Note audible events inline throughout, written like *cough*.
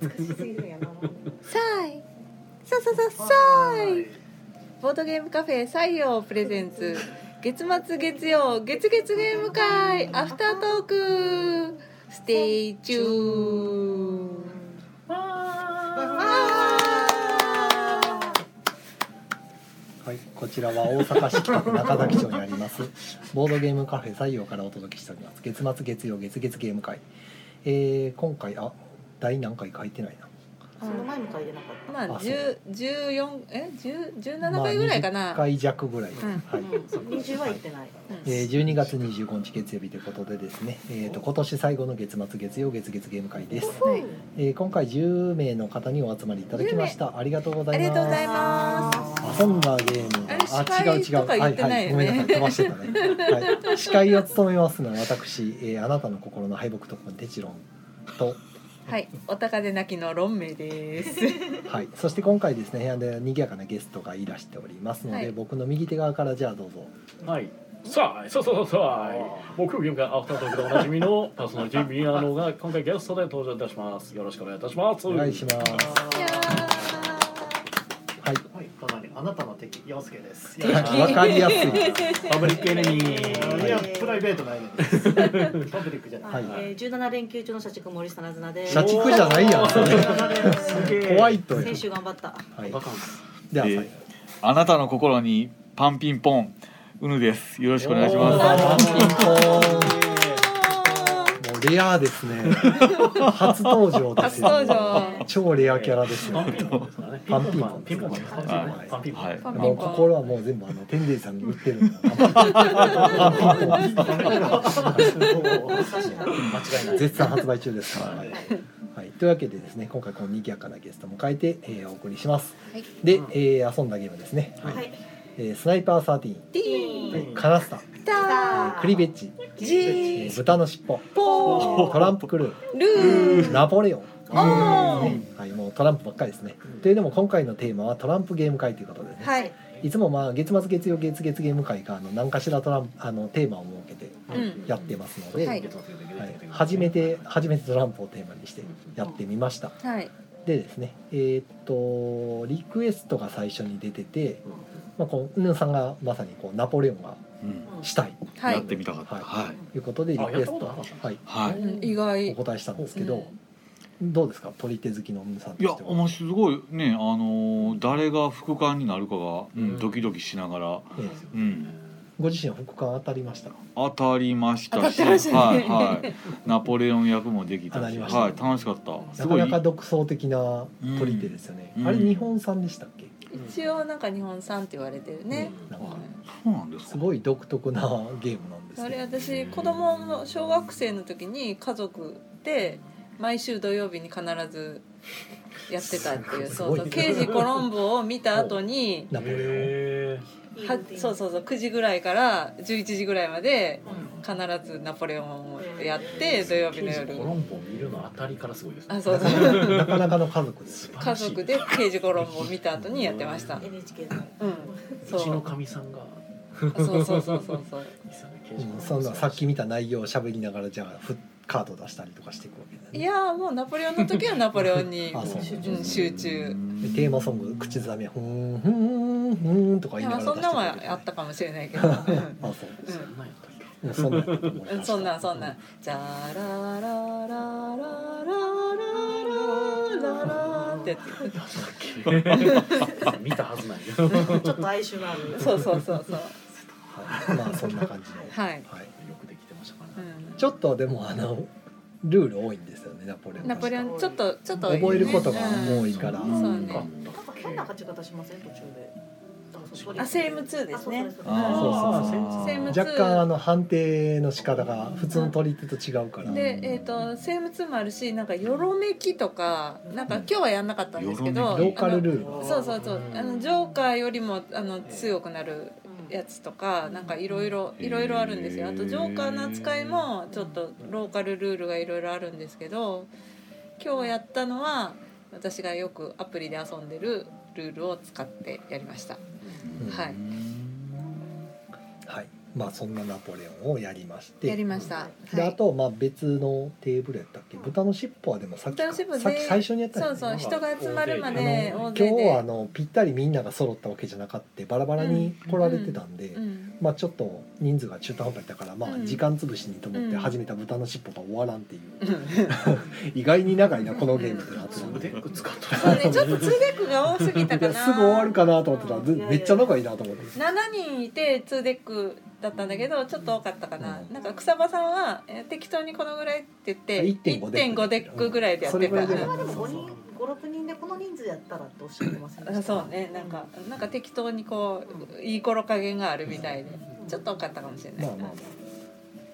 美しすぎるやな。サイさあさあさあサイボードゲームカフェ採用プレゼンツ月末月曜月月ゲーム会アフタートークステイチューンわーはい、こちらは大阪市北区中崎町にあります *laughs* ボードゲームカフェ採用からお届けしております月末月曜月月ゲーム会、えー、今回あ第何回書いてないなその前も書いてなかった。まああそう10 14え10 17回ぐらいかまな、あ、20回弱ぐらい、うんはい二十は行ってない。うんえー、12月25日月曜日ということでですね、えー、と今年最後の月末月曜月月ゲーム会です、はいえー、今回10名の方にお集まりいただきましたありがとうございますありがとうございます遊んだゲームあれ司会とか言ってないよねはいはい、ごめんなさい飛ばしてたね、はい、司会を務めますのは私、えーあなたの心の敗北とこのテチロン *laughs* と、はいお高でなきの論名です *laughs* はい、そして今回ですね部屋で賑やかなゲストがいらしておりますので、はい僕の右手側からじゃあどうぞはい。さあ、そうそうそうそう。木曜ゲーム会アフタートークでおなじみのパーソナリティミアノが今回ゲストで登場いたします。よろしくお願いいたします。お願いしますいやはいはい、隣あなたの敵陽介です。わ、かりやすいす。パブリックエネミいー。やいやプライベートないのです。パ *laughs* ブリックじゃない。はいえー17連休中の社畜森下なずなで社畜じゃないやん *laughs* それすげえ。怖いとよ先週頑張ったはいバカンス。ではえー最後あなたの心にパンピンポンうぬですよろしくお願いしおまーピンポーンーもうレアですね初登場です初登よ *laughs* 場超レアキャラですパンよピンポンですからね。パンピンポンピンポンですからねはいパンピすンポン。はいパンピンポもンう心はもう全部あの天竜さんに売ってるの間違いない。絶賛発売中ですから、はいはい、というわけでですね今回この賑やかなゲストを迎えて、えーお送りします、はいで、えー遊んだゲームですね、はいえースナイパー13、ティーンはいカナスタ、タえーークリベッジ、ジえーー豚の尻尾ポトランプクルールーーナポレオンおねはい、もうトランプばっかりですね。というのも今回のテーマはトランプゲーム会ということでね、はいい、つもまあ月末月曜月月ゲーム会があの何かしらトランプあのテーマを設けてうんやってますので、ははいい初めて初めてトランプをテーマにしてやってみました。はいでですね、えーっとリクエストが最初に出てて、まあこうヌンさんがまさにこうナポレオンがうんしたいはやっいてみたかったはいということでリクエストあやったことなかっははいはいうん意お外答えしたんですけど、どうですか取り手好きのヌンさんといやしては。面白いすごいねあのー誰が副官になるかが、ううんんドキドキしながら、ええうん、ご自身は副官当たりましたか。当たりまし当たたっしてましたねはいはい、ナポレオン役もでき当たたしりましたはい、楽しかったすなかごいなか独創的な取り手ですよね。うんあれ日本産でしたっけ？一応なんか日本産って言われてるねなんかそうなんですすかごい独特なゲームなんですあれ *laughs* ね。私子供の小学生の時に家族で毎週土曜日に必ずやってたっていうすそごういそう「刑事コロンボ」を見た後にナポレへはそうそうそう9時ぐらいから11時ぐらいまで必ずナポレオンをやって土曜ー日の夜コロンボ見るの当たりからすごいですね。あそうそうオン。なかなかの家族です。家族で刑事コロンボを見た後にやってました、 NHK のうん、うそうちのかみさんが。そうそうそうそうそういいっすよねうんそんなさっき見た内容を喋りながらじゃあフカード出したりとかしていくわけだいね。やーもうナポレオンの時はナポレオンに *laughs* あそううん、集中でテーマソング口ずさみふーんふーんふーんとかい言いなやがそらん出なんしてはくれてねあったかもしれないけど、うんあそんなんやったっけそう。そんなんやったと思いまうん、したそんなんそんなん。じゃらららららららららってやつ。見たはずないけど。よちょっと哀愁のあるそうそうそうそう。はいまあそんな感じの。はい。はい。くできてましたかうね。ん、ちょっとでもあのルール多いんですよねナポレオン。ナポレオンちょっとちょっと、覚えることが多いから、うんそうね。なんか変な勝ち方しません途中であそうあセイム2であすそうそねれ。それあそうそうそうーセーム若干あの判定の仕方が普通の取り手と違うから、でえっ、とセイム2もあるしなんかよろめきとかなんか今日はやんなかったんですけど、ローカルルールあがのそうそうそうあのジョーカーよりもあの強くなるやつとかなんかいろいろいろいろあるんですよあとジョーカーの扱いもちょっとローカルルールがいろいろあるんですけど今日やったのは私がよくアプリで遊んでるルールを使ってやりましたうんはいはいまあそんなナポレオンをやりましてやりました。ではあい。とまあ別のテーブルやったっけ豚の尻尾はでもさっき豚かの尻尾さっき最初にやったそようねそう、人が集まるまあで大の今勢日で。はあのぴったりみんなが揃ったわけじゃなかってバラバラに来られてたんで、うん。まあちょっと人数が中途半端やったからまうあん時間潰しにと思っうてん始めた豚の尻尾が終わらんっていう、意外に長いなこのゲームってなってたん腕で。よく使っそうね、ちょっと通訳が多すぎたいかやな。 *laughs* すぐ終わるかなと思ってたらずいやいやめっちゃ仲いいなと思って7人いて2デックだったんだけどちょっと多かったかな、うんなんか草場さんはえー適当にこのぐらいって言って1.5デック1.5デックぐらいでやってそれぐたこらいでれやはっでてもた五人五六人でこの人数やったらっておっしゃってませんでうしんたそうねなんかなんか適当にこういい頃加減があるみたいでちょっと多かったかもしれない、まあまあまあ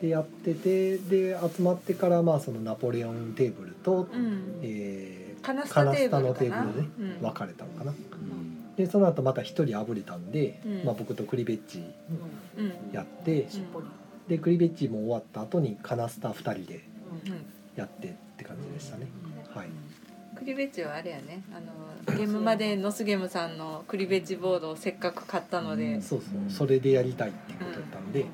でやっててで集まってからまあそのナポレオンテーブルと、うんえーカナスカタナテスターのブテルかーなブルでねうん分かれたのかな、でその後また一人あぶれたんで、うんまあ、僕とクリベッチうんうんやって尻尾にでクリベッチも終わった後にカナスタ2人でうんやってって感じでしたねはいクリベッジはあれやねあのゲームまでノスゲームさんのクリベッジボードをせっかく買ったので、そうそうそれでやりたいっていうことだったんで、で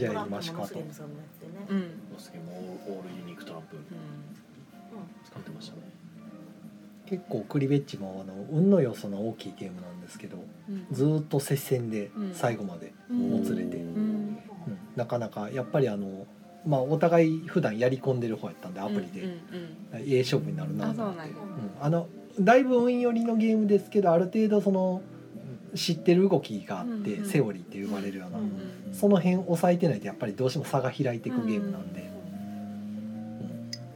じゃあトラやンりプもましょうかとスリムさんのやつでねうんもうすげえもうオールユニークトランプう使ってましたね結構クリベッチもあの運の要素の大きいゲームなんですけどんうんずーっと接戦でうん最後まで、うんもつれてうんうんなかなかやっぱりあの、まあ、お互い普段やり込んでる方やったんでアプリで、うんええ勝負になるうんなあとそう思なっんてやうんあのだいぶ運寄りのゲームですけどある程度その知ってる動きがあって、うんうんセオリーって呼ばれるような、うんその辺抑えてないとやっぱりどうしても差が開いていくゲームなんで,、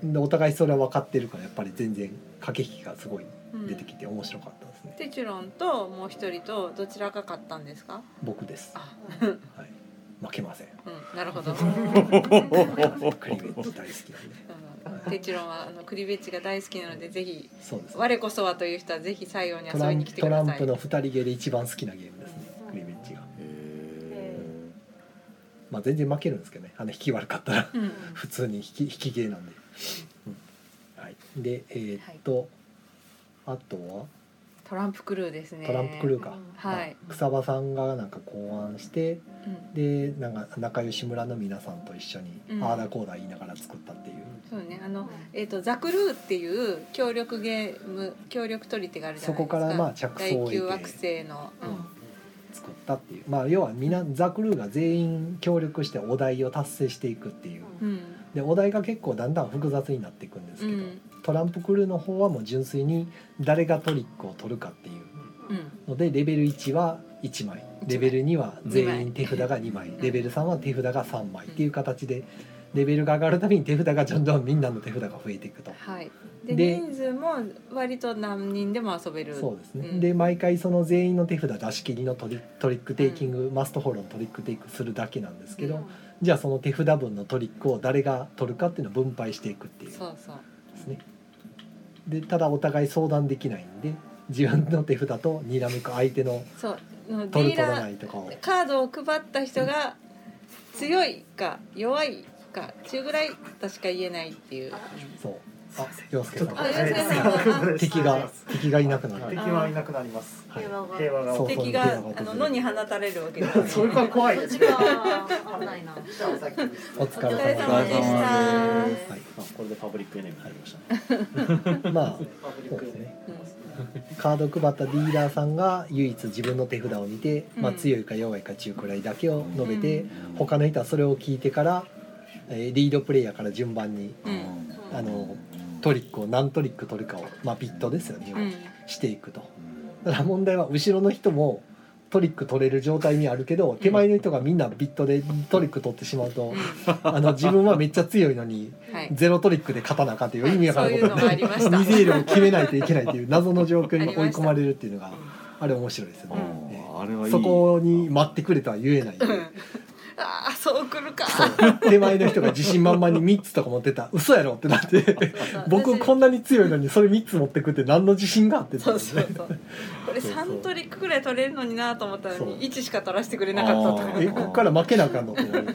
うんでお互いそれは分かってるからやっぱり全然駆け引きがすごい出てきて面白かったですね、テチュロンともう一人とどちらが勝ったんですか僕です、あはい、負けませんうんなる *laughs* ほど、クリベッジ大好きなんでうんテチュロンはあのクリベッチが大好きなのでぜひそうですね我こそはという人はぜひ西洋にト遊ラびンにプ来てトくラだンさいプの2人蹴り一番好きなゲームですねうんクリベッジが、えまあ、全然負けるんですけどねあの引き悪かったらうんうん普通に引き引きゲーなんで、うんはい、でえーっと、あとはトランプクルーですねトランプクルーか、はいまあ草場さんがなんか考案してうんでなんか仲良し村の皆さんと一緒にうんああだこうだ言いながら作ったっていう、そうねあのえーとザクルーっていう協力ゲーム協力取り手があるじゃないですかそこからまあ着想第を得て9惑星の、うん作ったっていうまあ要はみなザクルーが全員協力してお題を達成していくっていううんでお題が結構だんだん複雑になっていくんですけど、うんトランプクルーの方はもう純粋に誰がトリックを取るかっていううんのでレベル1は1枚枚レベル2は全員手札が2枚んレベル3は手札が3枚っていう形でレベルが上がるたびに手札がどんどんみんなの手札が増えていくとはい、でで人数も割と何人でも遊べるそうですね、うんで毎回その全員の手札出し切りのトリトリックテイキング、マストフォローのトリックテイクするだけなんですけど、うじゃあその手札分のトリックを誰が取るかっていうのを分配していくっていうそうそうですねでただお互い相談できないんで自分の手札とにらめく相手のそうのデ取ィーる取らラなーいとかをカードを配った人が強いか弱いか中ぐらいとしか言えないっていうそうあ洋介さんあ要するにて敵が敵がいなくな敵る。はいなくなりますはい平和が平和がそう起こ敵があの野に放たれるわけです、ね、 *laughs* るそれから怖いそっですちが危ないなじゃあさっきのおお疲れ様疲れ様でしたはまあこれでパブリックエネミーになりましたねい、まあパブリそッうクでですねね。カード配ったディーラーさんが唯一自分の手札を見て、まあ、うん強いか弱いか中くらいだけを述べて、う他の人はそれを聞いてから、えーリードプレイヤーから順番にうんあのトリックを何トリック取るかを、まあ、ビットですよね、うんしていくと。だから問題は後ろの人もトリック取れる状態にあるけど手前の人がみんなビットでトリック取ってしまうと、あの自分はめっちゃ強いのにうんはいゼロトリックで勝たなあかんと *laughs* いう意味わかそうらいんことうのもあになるりまし2たゼールを決めないといけないという謎の状況に追い込まれるっていうのがあれ面白いですよーうんね。あれはいいそこに待ってくれとは言えないんでうんああそう来るか手前の人が自信満々に3つとか持ってたら嘘やろって *laughs* なって僕こんなに強いのにそれ3つ持ってくって何の自信があってっていそううそうそうこれそうそう3トリックぐらい取れるのになと思ったのそうに1しか取らせてくれなかったとあかーえここから負けなあかんのってなるよね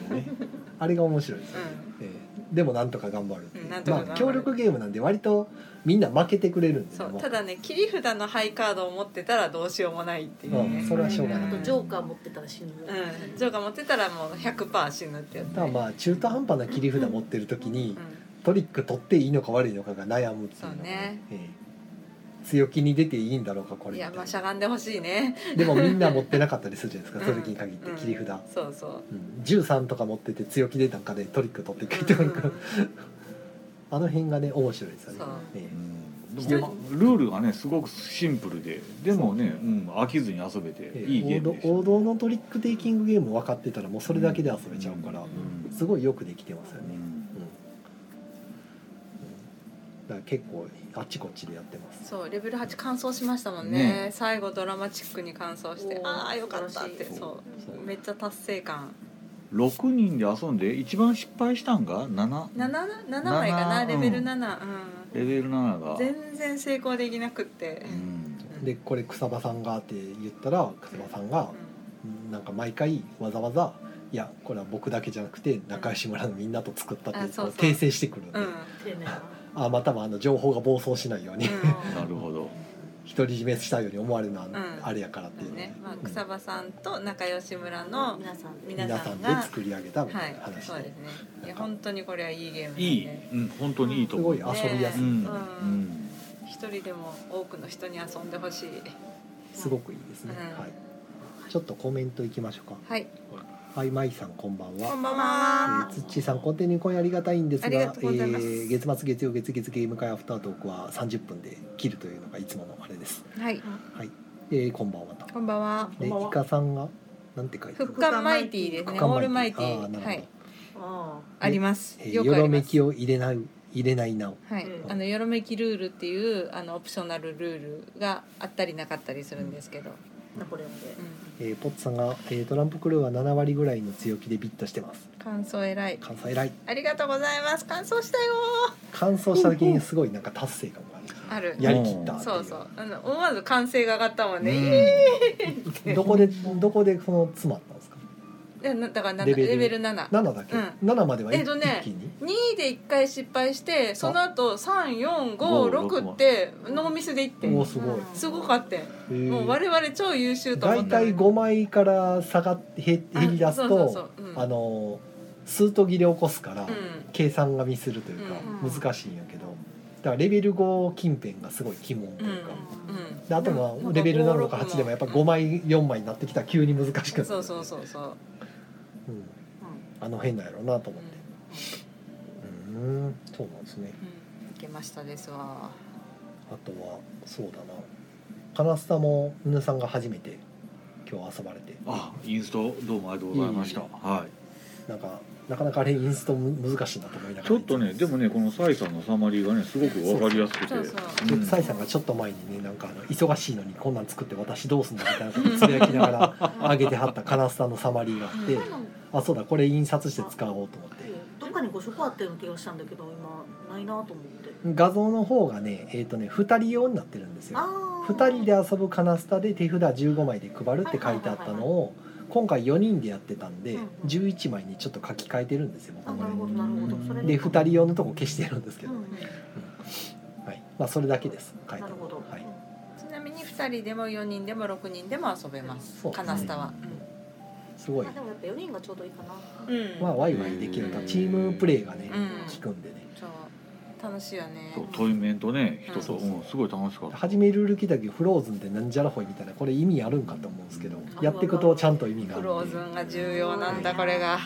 あれが面白いですよね、ええでもなんとか頑張るっていううんなんとか頑ま張るあ協力ゲームなんで割とみんな負けてくれるんでそうもうただね切り札のハイカードを持ってたらどうしようもないっていううね、んそれはしょうがあないとジョーカー持ってたら死ぬ、うん、ジョーカー持ってたらもう100%死ぬってやつ、ただまあ中途半端な切り札持ってる時にうトリック取っていいのか悪いのかが悩むっていうのがそうねええ強気に出ていいんだろうかこん、れいやまみたあいしなゃがんでほしいねでもみんな持ってなかったりするじゃないですか *laughs* うんそれに限ってうん切り札、そうそううん、13とか持ってて強気でなんかでトリック取ってくれてうくんるからあの辺がね面白いですよねそうえうんでもルールがねすごくシンプルででもね、うん、飽きずに遊べてえええいいゲームでした王道王道のトリックテイキングゲーム分かってたらもうそれだけで遊べちゃうから、うんすごいよくできてますようね、んうんうんだから結構あっちこっちでやってますそうレベル8完走しましたもんねね最後ドラマチックに完走しておーああよかったって素晴らしいそそううめっちゃ達成感6人で遊んで一番失敗したんが7 7, 7枚かな7レベルうん7、うレベル7ん、が、全然成功できなくってう、ん、うんでこれ草場さんがって言ったら草場さんがうんなんか毎回わざわざいやこれは僕だけじゃなくて仲良し村のみんなと作ったっていうあそうそう訂正してくるんで、うんうん丁寧なあまたまあの情報が暴走しないように、 *laughs* なるほど独り占めしたように思われるのはんあれやからってういうんので、ねまあうん、草場さんと仲良し村の皆さんで皆皆ささんんがで作り上げたみたはいいな話で、そうですねいや本当にこれはいいゲームなんでいい、うん、本当にいいとす思ごうい遊びやすい、ううんんうん一人でも多くの人に遊んでほしいすごくいいですね、うんはいちょっとコメントいきましょうかはいはいまいさんこんばんはこんばんえはーつっちーさんコンティニュー今夜ありがたいんですがありがとうございますえー月末月曜月月ゲーム会アフタートークは30分で切るというのがいつものあれですはいはい、えー、こんばんはとこんばんはでイこんばんはカさんがなんて書いてあ復る活マイティですね復活マイティオールマイテあーなるほィどはいあありますえーよよくあろりめますきを入れない入れないなおはいうんあのよろめきルールっていうあのオプショナルルールがあったりなかったりするんですけどあナポレオンでうんえー、ポッツさんが、えートランプクルーは7割ぐらいの強気でビットしてます感想偉い感想偉いありがとうございます感想したよ完走した時にすごいなんか達成感があるあるやりきったっていそうそうあの思わず歓声が上がったもんね、イエーイどこでどこでその詰まったんですかいやなだから7レレベベルル7 7だけ、う7までは一,、えっとね一気に2位で1回失敗してその後三34556ってノーミスでいっておおんすごい、すごかったよえーもう我々超優秀と思大った体5枚から下がってへ減り出すとあそあうそうそううんの数と切れ起こすから、うん計算がミスるというか、うん難しいんやけどだからレベル5近辺がすごい鬼門というか、うんであとはレベルな7んとか8でもやっぱ5枚4枚になってきたら急に難しくなるそうそうそうそう、うん、あの変なんやろうなと思ってうんんそうなんですねうん、いけましたですわあとはそうだなカナスタも皆さんが初めて今日遊ばれてあインストどうもありがとうございました、いえはいなんかなかなかあれインストむ難しいなと思いながらちょっとねでもねこのサイさんのサマリーがねすごくわかりやすくてそうそうでうんサイさんがちょっと前にねなんかあの忙しいのにこんなん作って私どうすんだみたいなことつぶやきなが *laughs* ら上げてはったカナスタのサマリーがあってあそうだこれ印刷して使おうと思ってどっかに5色あったような気がしたんだけど今ないなと思って画像の方がねえっ、とね2人用になってるんですよああ2人で遊ぶカナスタで手札15枚で配るって書いてあったのを今回4人でやってたんでうんうん11枚にちょっと書き換えてるんですよあ僕なるほもどなるほどそれで2人用のとこ消してるんですけど、うんうんはいまあ、それだけです書いてなあるるほどはい、ちなみに2人でも4人でも6人でも遊べます、そうでカすねナスタは、すごいあでもやっぱ4人がちょうどいいかなうんうんまあワイワイできるとチームプレーがねうん効くんでねそう楽しいよねそうトイメントね人と、うんうん、すごい楽しかった初めルール聞いた時フローズンってなんじゃらほいみたいなこれ意味あるんかと思うんですけどんやっていくとちゃんと意味があクるローんズでンが重要なんだこれが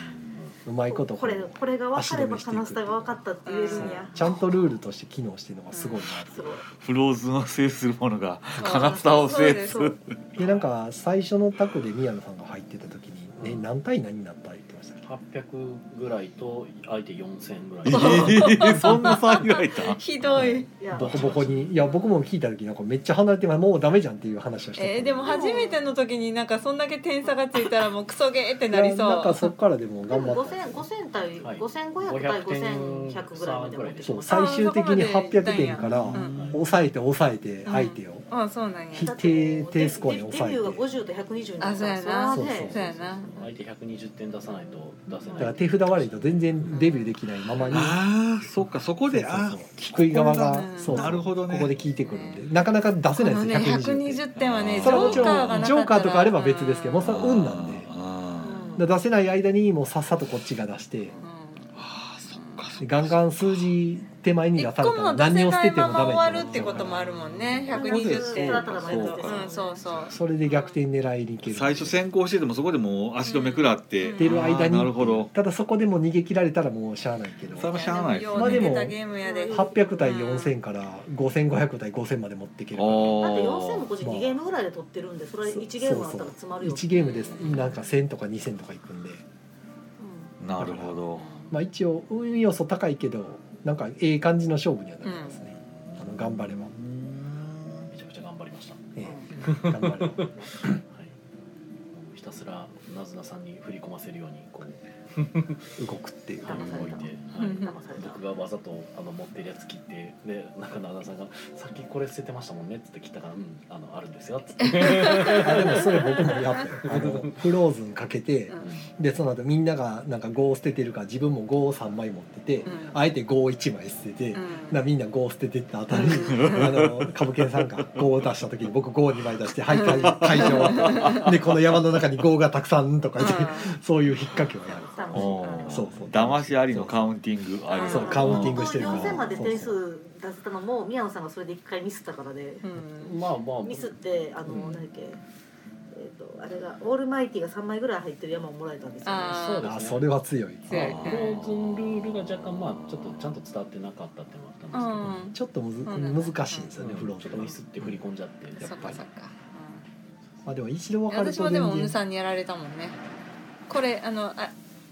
うまいことここうれこれが分かれば悲しさが分かったって言えるんやちゃんとルールとして機能してるのがすごいなすごいフローズンを制するものがそうカナスタを制すそうるででなんか最初のタコで宮野さんが入ってた時に、ね、何対何になった言ってましたっけ800ぐらいと相手4000ぐら *laughs* えいー、そんな差がいたひどいい *laughs* やボコボコにいや僕も聞いた時なんかめっちゃ離れてもうダメじゃんっていう話をしてたえーでも初めての時になんかそんだけ点差がついたらもうクソゲーっていなやりそうなんかそっからでもで頑張もったんで5000すよ5000対はい5500対5100ぐらいまで持ってきそうました最終的にあーそこまで800点からうん抑えて抑えて相手をあそうなんやひ低低スコアに抑えてデビューが50と120になあったそうかやらはなそうねそうやな相手120点出さないと出せだかならい手札悪いと全然デビューできないままにああそっかそこであそうそうそう低い側がここがねそうそうなるほどねここで聞いてくるんでなかなか出せないこのでねすよ120って120点はねジそれはョもちろーんカーがなかったらジョーカーとかあれば別ですけどもうそれは運なんであーうんだから出せない間にもうさっさとこっちが出してうあーそっかそでっかガンガン数字手前んに出一された個もら出何せを捨なていてもまダま終メにわるなってこともあるもんね120点ただただ前に出してうんそうそうそれで逆転狙いにいける最初先行しててもそこでもう足止め食らって、うん出る間にあーなるほどただそこでも逃げ切られたらもうしゃあないけどそれはしゃあないですようまあで出もてたゲームやで800対4000から5500対5000まで持っていけるからだってあ4000も個人まあ2ゲームぐらいで取ってるんでそれ1ゲームあったら詰まるよ1ゲームですなんか1000とか2000とかいくんで、あなるほどまあ、一応運要素高いけどなんかええ感じの勝負にはなりますね、あの頑張れば、めちゃくちゃ頑張りました、はええ頑張ればい、ひたすらなずなさんに振り込ませるようにこう動くっ *laughs* ていうあの動いて、うはんい、騙された僕がわざとあの持ってるやつ切ってでなんか奈々さんが「さっきこれ捨ててましたもんね」っつって切ったから「うんあのあるん *laughs* ですよ」っつってあでもそれ僕もやったよあのフローズンかけてうんでその後みんながなんか5を捨ててるから自分も5を3枚持ってて、うんあえて5を1枚捨てて、うんなみんな5を捨ててったあたり、 *laughs* あの株券さんが5を出した時に僕5を2枚出して「はい会会場」でこの山の中に5がたくさんとか言って、そういう引っ掛けをやる。楽しいからおねーそうそう騙しありのカウンティングありそうカウンティングしてるから4000まで点数出せたのも宮野さんがそれで1回ミスったからでうんまあまあミスってあのうん何だっけえっとあれがオールマイティが3枚ぐらい入ってる山をもらえたんですよねあーそうであすそねれは強い強いあフローズンルールが若干まあちょっとちゃんと伝わってなかったっていうのもあったんですちょっとむずそうなんだ難しいんですけよど、ねフローズちょっンとミスって振り込んじゃってやっぱりそっかそっかまあでも一度分かる私ともでもう全ぬ然さんにやられたもんねこれあのあ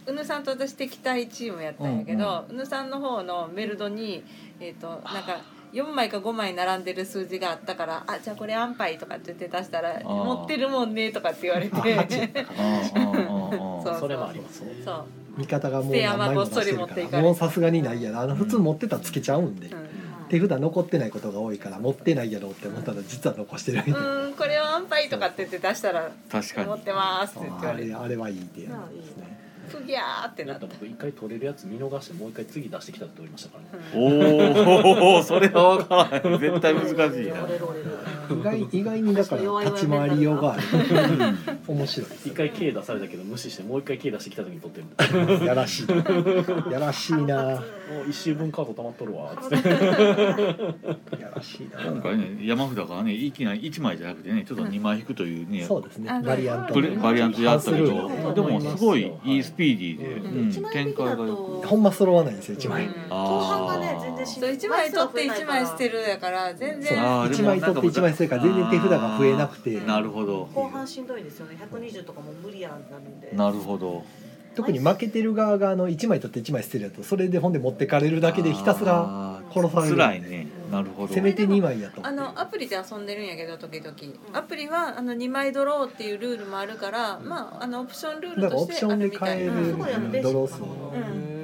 うぬさんと私敵対チームやったんやけど、うぬさんの方のメルドにえっ、となんか4枚か5枚並んでる数字があったから「あじゃあこれ安牌」とかって言って出したら「ー持ってるもんね」とかって言われあマジて *laughs* そそうそれもありますね *laughs* そ味方がもう何枚も出して捨るて山ごっそり持ってかいらかれもうさすがにないやなあの普通持ってたらつけちゃうんで、う、うん手札残ってないことが多いから持ってないやろうって思ったら実は残してるみたいな、うんこれは安牌とかって言って出したら確か持にってますって言って言あわれれてあれはいいってやつですねふぎゃーってななんっかた、僕一回取れるやつ見逃してもう一回次出してきたって取りましたからねうんおお *laughs* それは分からない絶対難しいな折れる折れる意外意外にだから立ち回りようがある面白いです一よ回 K 出されたけど無視してもう一回 K 出してきた時に取ってるやらしいやらしいなもう一周分カード溜まっとるわっつってやらしいな今回ね山札がねいきなり1枚じゃなくてねちょっと2枚引くというねそうですねあのバリアントプレバリアントやったけどうんでもすごいいいスピーディうー1で、うん、枚引展きだ開がとほんま揃わないんですよ1枚うん後半がね全然しんそうどい1枚取って1枚捨てるやから全そう然あーで1も枚取って1枚捨てるから全然手札が増えなくてあーなるほど後半しんどいですよね120とかも無理やんなるんでなるほど特に負けてる側があの1枚取って1枚捨てるやつそれでほんで持ってかれるだけでひたすらあー殺される辛いねなるほどせめて2枚やとあのアプリで遊んでるんやけど時々アプリはあの2枚ドローっていうルールもあるから、まあ、あのオプションルーなルんかとオプしシてョあンるでみた買いえな、るすごいあのベーシックドロー数うん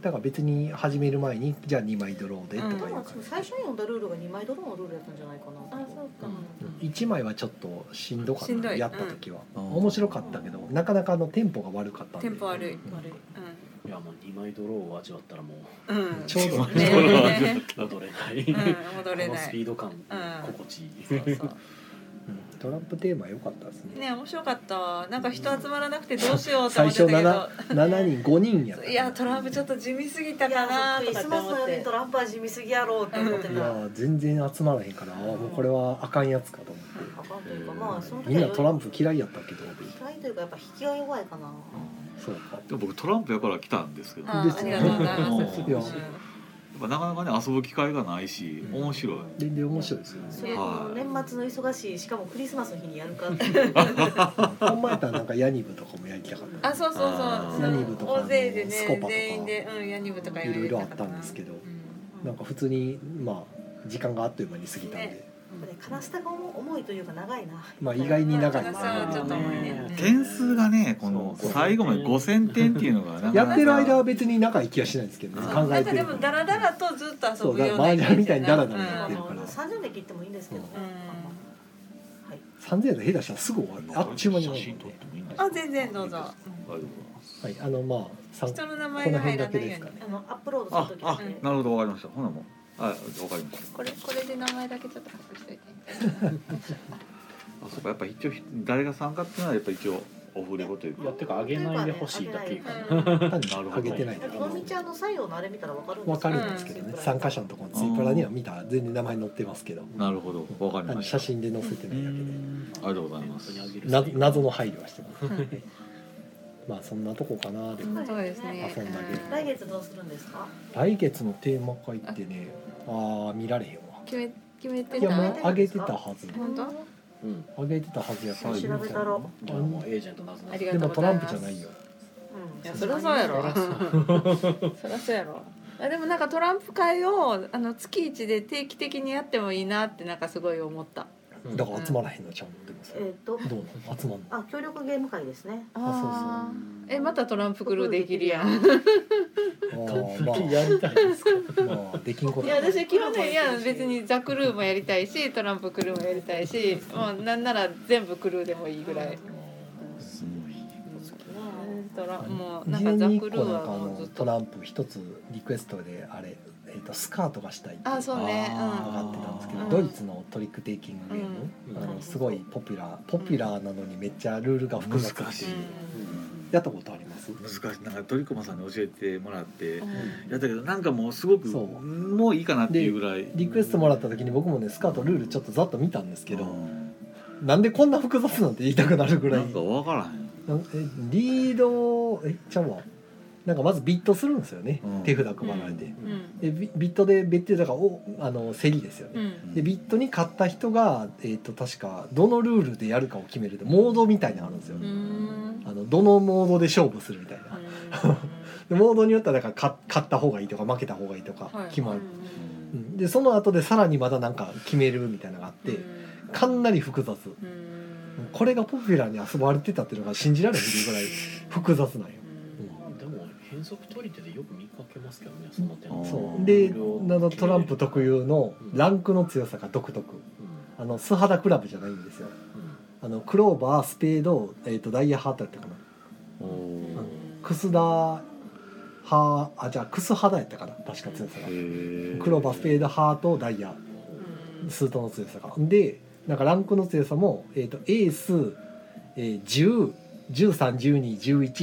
だから別に始める前にじゃあ2枚ドローでとかういんうでも感じ最初に読んだルールが2枚ドローのルールやったんじゃないかなあそうか1枚はちょっとしんどかったしんどいやった時は、うん面白かったけどなかなかあのテンポが悪かったんテでンポ悪い悪い *laughs* いやもう2枚ドローを味わったらもううん、うん、ちょうどねね *laughs* 戻れない、うんこ戻れのなスいピード感、ん心地いいそうそううんトランプテーマ良かったですねね面白かったわなんか人集まらなくてどうしようと最思って初たけど7 7人5人やったいやトランプちょっと地味すぎたかなクとリかっスてマス思のっ4て人とランパージ見すぎやろうって思っていたやー全然集まらへんからあーもうこれはあかんやつかと思ってあかんというかまあその時みんなトランプい嫌いやったけど嫌いというかやっぱ引きが弱いかなそうかでも僕トランプやから来たんですけど、あでーあすりよがとうございうんます、いややっぱなかなかね遊ぶ機会がないしうん面白い、全然面白いですよねそれもはい年末の忙しいしかもクリスマスの日にやるかっていうほんまやったらなんかヤニブとかもやりたかっ *laughs* あそうそうそうあーそヤうニブとか大勢でねスコパとか全員で、うん、ヤニブとかたいろいろあったんですけどうんなんか普通にまあ時間があっという間に過ぎたんで、ねうこれカラスタが重重いというか長いな。まあ意外に長いまあ長いちょっと重いうんね点数がねこのそう最後まで5000点っていうのがなかなかやってる間は別に仲いい気はしないですけどねそう考なえんかてでるもダラダラとずっと遊ぶようそうだな麻雀みたいにダラダラまやあっうてんるから三十年切ってもいいんですけどね。はい。 3000円で下手したらすぐ終わるあっちゅう間に終わるんで、あ全然どうぞありがとうございますはい、あのまあさん人の名前が入らないようにこの辺だけですかねあのアップロードあするときあだけなるほどわかりましたほなもうあわかりましたこれこれで名前だけちょっと隠しといてあそうかやっぱ一応誰が参加っていうのはやっぱ一応オフレコといういやかてかあげないでほしいだけうん単に上げてないでも。こみちゃんの作用のあれ見たらわかるんですわかよるんですけどね参加者のところツイプラには見たら全然名前載ってますけどなるほどわかありのました写真で載せてうないだけでんありがとうございますな謎の配慮はしてますまあそんなとこかなでそうですね遊んだけどう来ん月どうするんですか。来月のテーマ会ってねああ見られへんわ決め決めていやたもう上げてたはず本当う上んげてたはずやから調べたろ見たどうもエージェント謎あのりがでともうごトざラいンますプじゃないようんいやそりゃそうやろそりゃそうやろあでもなんかトランプ会をあの月一で定期的にやってもいいなってなんかすごい思ったうんだから集まらへんのちゃうんでもさえっとどうなの集まんのあ協力ゲーム会ですね。ああーえまたトランプクルーできるやんあ *laughs* あまやりたいですかあまあできんこといや私基本的にいや別にザ・クルーもやりたいしトランプクルーもやりたいしもうなんなら全部クルーでもいいぐらいすごいトラもうなんかザ・ 12ク個ルなんーかはあもうずっのトとランプ一つリクエストであれ、えー、とスカートがしたいってあそうねあ上ーがってたんですけど、うんドイツのトリックテイキングゲーム、うんあのすごいポピュラーポピュラーなのにめっちゃルールが複雑難しういやったことあります難しいなんか鳥駒さんに教えてもらってんやったけどなんかもうすごくそうもういいかなっていうぐらいリクエストもらった時に僕もねスカートルールちょっとざっと見たんですけど、うんなんでこんな複雑なんて言いたくなるぐらないんかわからへんなんえリードえちゃうわなんかまずビットするんですよね、うん手札配られて、うんうんでビビットで別手だからおあの競りですよね、うんでビットに買った人が、えー、と確かどのルールでやるかを決めるってモードみたいなのあるんですよ、うーんあのどのモードで勝負するみたいな、でモードによってはだからか勝った方がいいとか負けた方がいいとかはい決まる、うんうんでその後でさらにまたなんか決めるみたいなのがあって、かなり複雑、うんうんこれがポピュラーに遊ばれてたっていうのが信じられへんぐらい複雑なんよ、うんでも変則取り手でよく見かけますけどねその点うんそうでなのトランプ特有のランクの強さが独特うんあの素肌クラブじゃないんですようあのクローバースペード、えー、とダイヤハートやったかなおークスダーハーあじゃあクス肌やったかな確か強さがへ黒バスペードハートダイヤスートの強さがでなんかランクの強さも、えー、とエース、えー、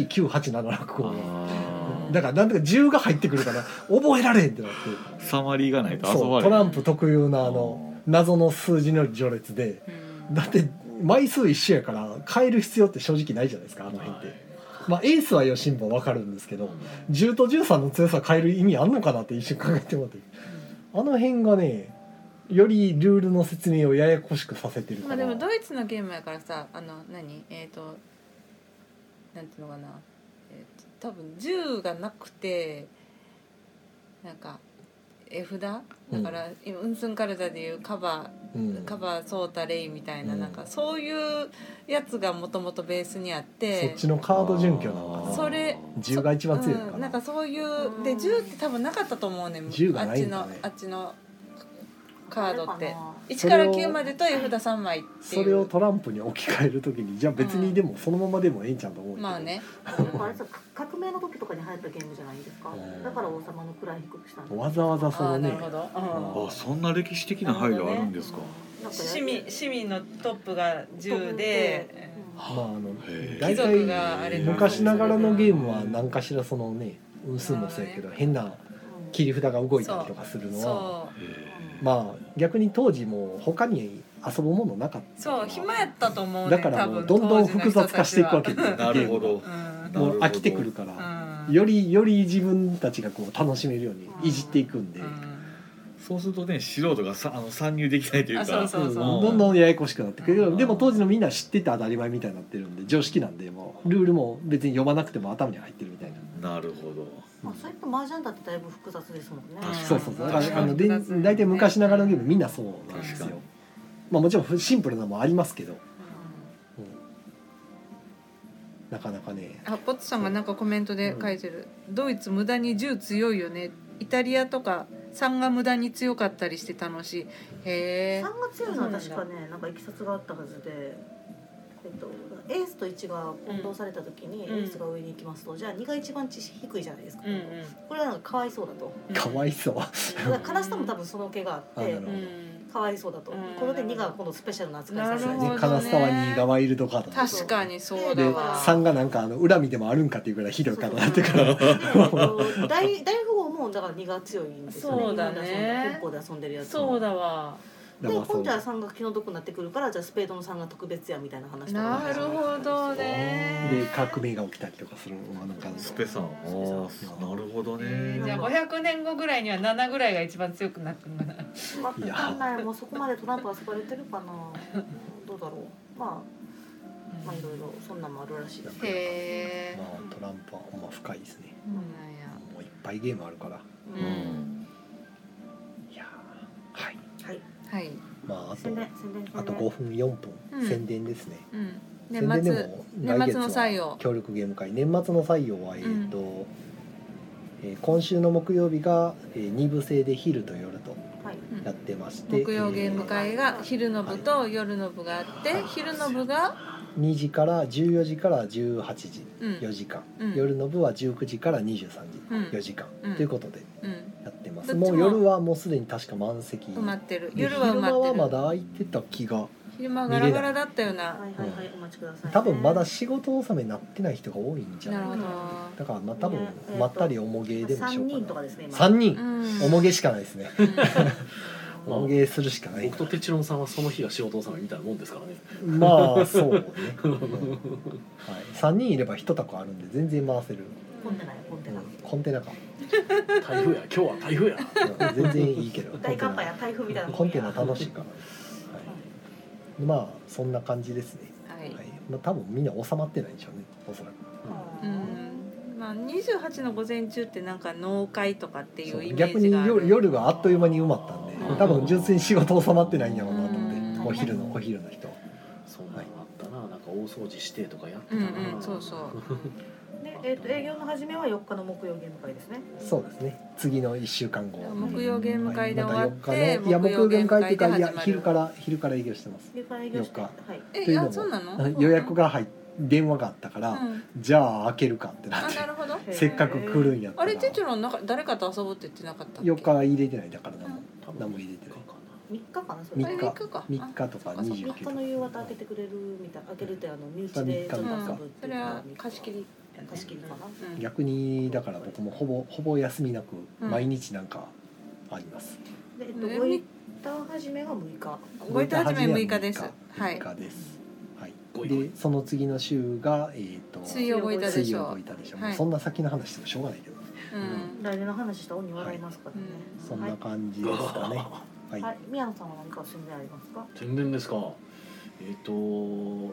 101312119876あだからなんとか10が入ってくるから覚えられへんってなっーサマリーがないてと遊そばうトれへんランプ特有のあの謎の数字の序列でだって枚数一緒やから変える必要って正直ないじゃないですかあのん辺って。まあ、エースはよしんぼわかるんですけど10と13の強さ変える意味あんのかなって一瞬考えてもらってあの辺がねよりルールの説明をややこしくさせてるまかあでら、もドイツのゲームやからさあの何えっ、となんていうのかな、えー、と多分銃がなくてなんか絵札だから、今ウンスンカルダでいうカバうん、カバーソータレイみたいな,、うんなんかそういうやつがもともとベースにあっそってちのカード準拠なのかなそれ10が一番強いのうかん、な,、なんかそういうで銃って多分なかったと思うねん銃がないんだあっねちのあっちのカードってそ1れかをら9までと絵札3枚っていうそれをトランプに置き換えるときにじゃあ別にでもそのままでもええんちゃうと思うけど、まあねなんかあれさ革命の時とかに流行ったゲームじゃないですかうん。だから王様の位低くしたんです。わざわざそあのあなるねほど、あそんな歴史的な配慮あるんですかなんかや市民市民のトップが10で、まああのへー大貴族があ体れなんだ昔ながらのゲームは何かしらそのね運数もそうやけど変な切り札が動いたりとかするのはそへまあ逆に当時もう他に遊ぶものなかっうそう暇やったと思うねただからもうどんどん複雑化していくわけですよーなるほど多分どもう飽きてくるから当時の人たちはうん、よりより自分たちがこう楽しめるようにいじっていくんでうんそうするとね素人がさあの参入できないというかあそうそううんそう、どんどんややこしくなってくるけうどんでも当時のみんな知ってて当たり前みたいになってるんで常識なんでもうルールも別に読まなくても頭に入ってるみたいな。なるほどまあそういった麻雀だってだいぶ複雑ですもんね。確かにそうそうそう。だからあ確かのにで大体昔ながらのゲームみんなそうなんです確よ。まあもちろんシンプルなのもありますけど、うんなかなかねあポッツさんがなんかコメントで書いてる、ドイツ無駄に銃強いよねイタリアとか3が無駄に強かったりして楽しいへえ3月強いのは確かねなんかいきさつがあったはずで、えっと、エースと1が混同された時に、うんエースが上に行きますとじゃあ2が一番知識低いじゃないですか、うんうんこれはなんかかわいそうだとうんかわいそうだから悲しさも多分その毛があっあてなるほどうんかわいそうだと、うんこれで2が今度スペシャルな扱いさせならるれほどてねカナスタは2がワイルドカードなんです確かにそうでだわ3がなんかあの恨みでもあるんかっていうぐらいひどいカードになってからそうそうそうでえっと大大富豪もだから2が強いんですよねそうだ日ね本で遊んでるやつそうだわでだからそ今う度は3が気の毒になってくるからじゃあスペードの3が特別やみたいな話とかなるほどねで革命が起きたりとかするのはなんかスペさんああなるほどねーじゃあ500年後ぐらいには7ぐらいが一番強くなってるのかなまいやあ、わかんないもうそこまでトランプ遊ばれてるかなどうだろうまあまあいろいろそんなんもあるらしいですけへえまあトランプはほんま深いですねそうなんやもういっぱいゲームあるからど、ううんんいやーはいはいはいまああと宣伝宣伝宣伝あと5分4分、うん宣伝ですねうん宣伝年で末も年末の採用協力ゲーム会年末の採用はえっ、と、えー今週の木曜日が、え2部制で昼と夜とはいやってまして、木曜ゲーム会が昼の部と夜の部があって、はい昼の部が、えー2時から14時から18時うん4時間、うん夜の部は19時から23時うん4時間、うんということでうん、やってまどすっちももう夜はもうすでに確か満席埋まってるで夜は埋昼間はまってまるだ空いてた気が昼間ガラガラだったよなはいはいはいお待ちください、多分まだ仕事納めになってない人が多いんじゃななるほいど、だからまあ多分ねえーとまったりおもげでもしよ3うか人とかなですね今3人うんおもげしかないですねうんおもげするしかない僕とテチロンさんはその日が仕事納めみたいなもんですからね *laughs* まあそうね、うんはい、3人いれば一択あるんで全然回せる、混んでない混んでうないん、コンテナか、台風や今日は台風やうん全然いいけど大寒波や台風みたいなコンテナもんや楽しいから、はい、まあそんな感じですね、ははいい、まあ、多分みんな収まってないんでしょうねおそらくううんんまあ、28の午前中ってなんか納会とかっていそうイメうー逆ジにがある夜夜があっという間に埋まったんでうん多分純粋に仕事収まってないんやろうなと思うんってお昼のお昼の人そんなのあったななんか大掃除してとかやってうたんな、うんそうそうでえっ、と営業の始めは4日の木曜ゲーム会ですねそうですね次の1週間後木曜ゲーム会で終わって、はいまた4日のいや木曜ゲーム会っていうかいやまる昼から昼から営業してます4日営業して4はいとえいあうそうなののも予約が入っ電話があったから、うん、じゃあ開けるかってなあってなるほどほど *laughs* せっかく来るんやったあられテチロンなんか誰かと遊ぶって言ってなかったっけ4日入れてないだから何も多分何も入れてない3日かなそあれれ三3日か3日とあそかっか3 29と日かの夕方開けてくれるみたい開けるってあの身内でちょっと遊ぶってそいうれのがは貸し切りだね貸し切りかなうん逆にだから僕もほぼほぼ休みなくうん毎日なんかあります、でえっうとんご一旦始めが6日ご一旦始め6日ですは6い日です、はいごいごいでその次の週がえっ、と水曜ごいたで水し曜ょごういたでしょ、はいそんな先の話してもしょうがないけど、うん来年の話したら鬼笑いますからね、そんな感じですかねはい、はい、宮野さんは何か宣伝ありますか。宣伝ですかえっ、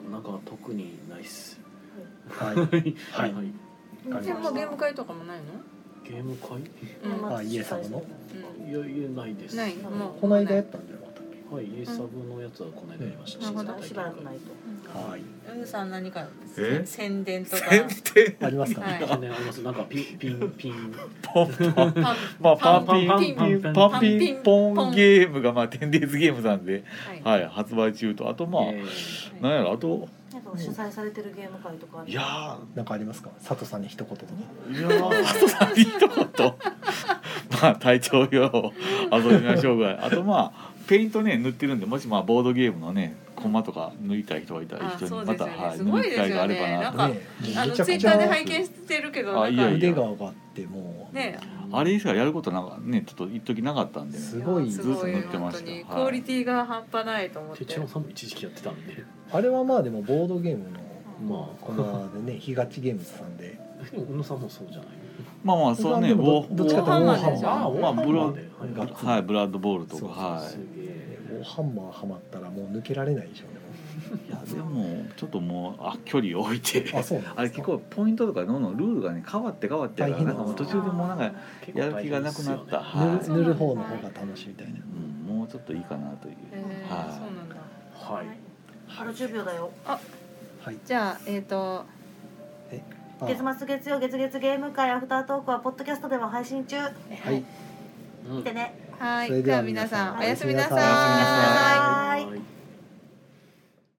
となんか特にないっすはいはい、はい、わかでりまもうゲーム会とかもないのゲーム会うんまあイエサブのいやいやないですないもうこの間やったんじゃなかったっはい、イエサブのやつはこの間やりました、うん新なるほ作どしばらくないと。けはいうんさん何かえ宣伝とか定ありますかね、はい宣伝ありますなんかピンピンピンポンポ *laughs* ンパンまあパンパピンンパパンンピンパンパンピンピンポンゲームがまあ 10days ゲームなんで、はいはい、発売中とあとまあ、えなんやろあとなんか主催されてるゲーム会とかある。いやーなんかありますか佐藤さんに一言とかいやー、そうだ一言。まあ、体調よ、遊びましょうぐらい。あと、まあ、ペイントね、塗ってるんで、もし、まあ、ボードゲームのね、コマとか抜いたい人がいたら、あ一緒にそまうですた、よねはい、す塗ごるいで機すよね会があればなと。なんかねあめのちゃツイくッちターゃで拝見してるけどあいやいや腕が上がってもう、ねあれ以外やることなんかね、ちょっと一時なかったんで。すごいすずっとごい塗って本ま当したにはいクオリティが半端ないと思っー、テてチロンさんも一時期やってたんであれはまあでもボードゲームのまこのでね東ゲームズさんであでも小野さんもそうじゃないまあ、まあ、そうね、でもウォどどっちかというとウォーハンあマウォーーまあ、ブロでがっつりはい、ブラッドボールとか、そうそうはすげえウォーハンマーはまったらもう抜けられないでしょうねい。いや、でも、ちょっともう、あ、距離を置いて。あそうなんですかあれ結構ポイントとかどんどんルールがね変わって変わってやから大変ななんんかですもう途中でもうなんかやる気がなくなった結構大変ですよ塗ねはいる塗る方の方が楽しいみたいなうんもううちょっといいかなという、えーはいそうなんだはいあと10秒だよはいじゃあえっ、とあ月末月曜月月ゲーム会アフタートークはポッドキャストでも配信中はいうん見てねはそいれでじゃはあ皆さんおやすみなさおやすみなさーいはーいはい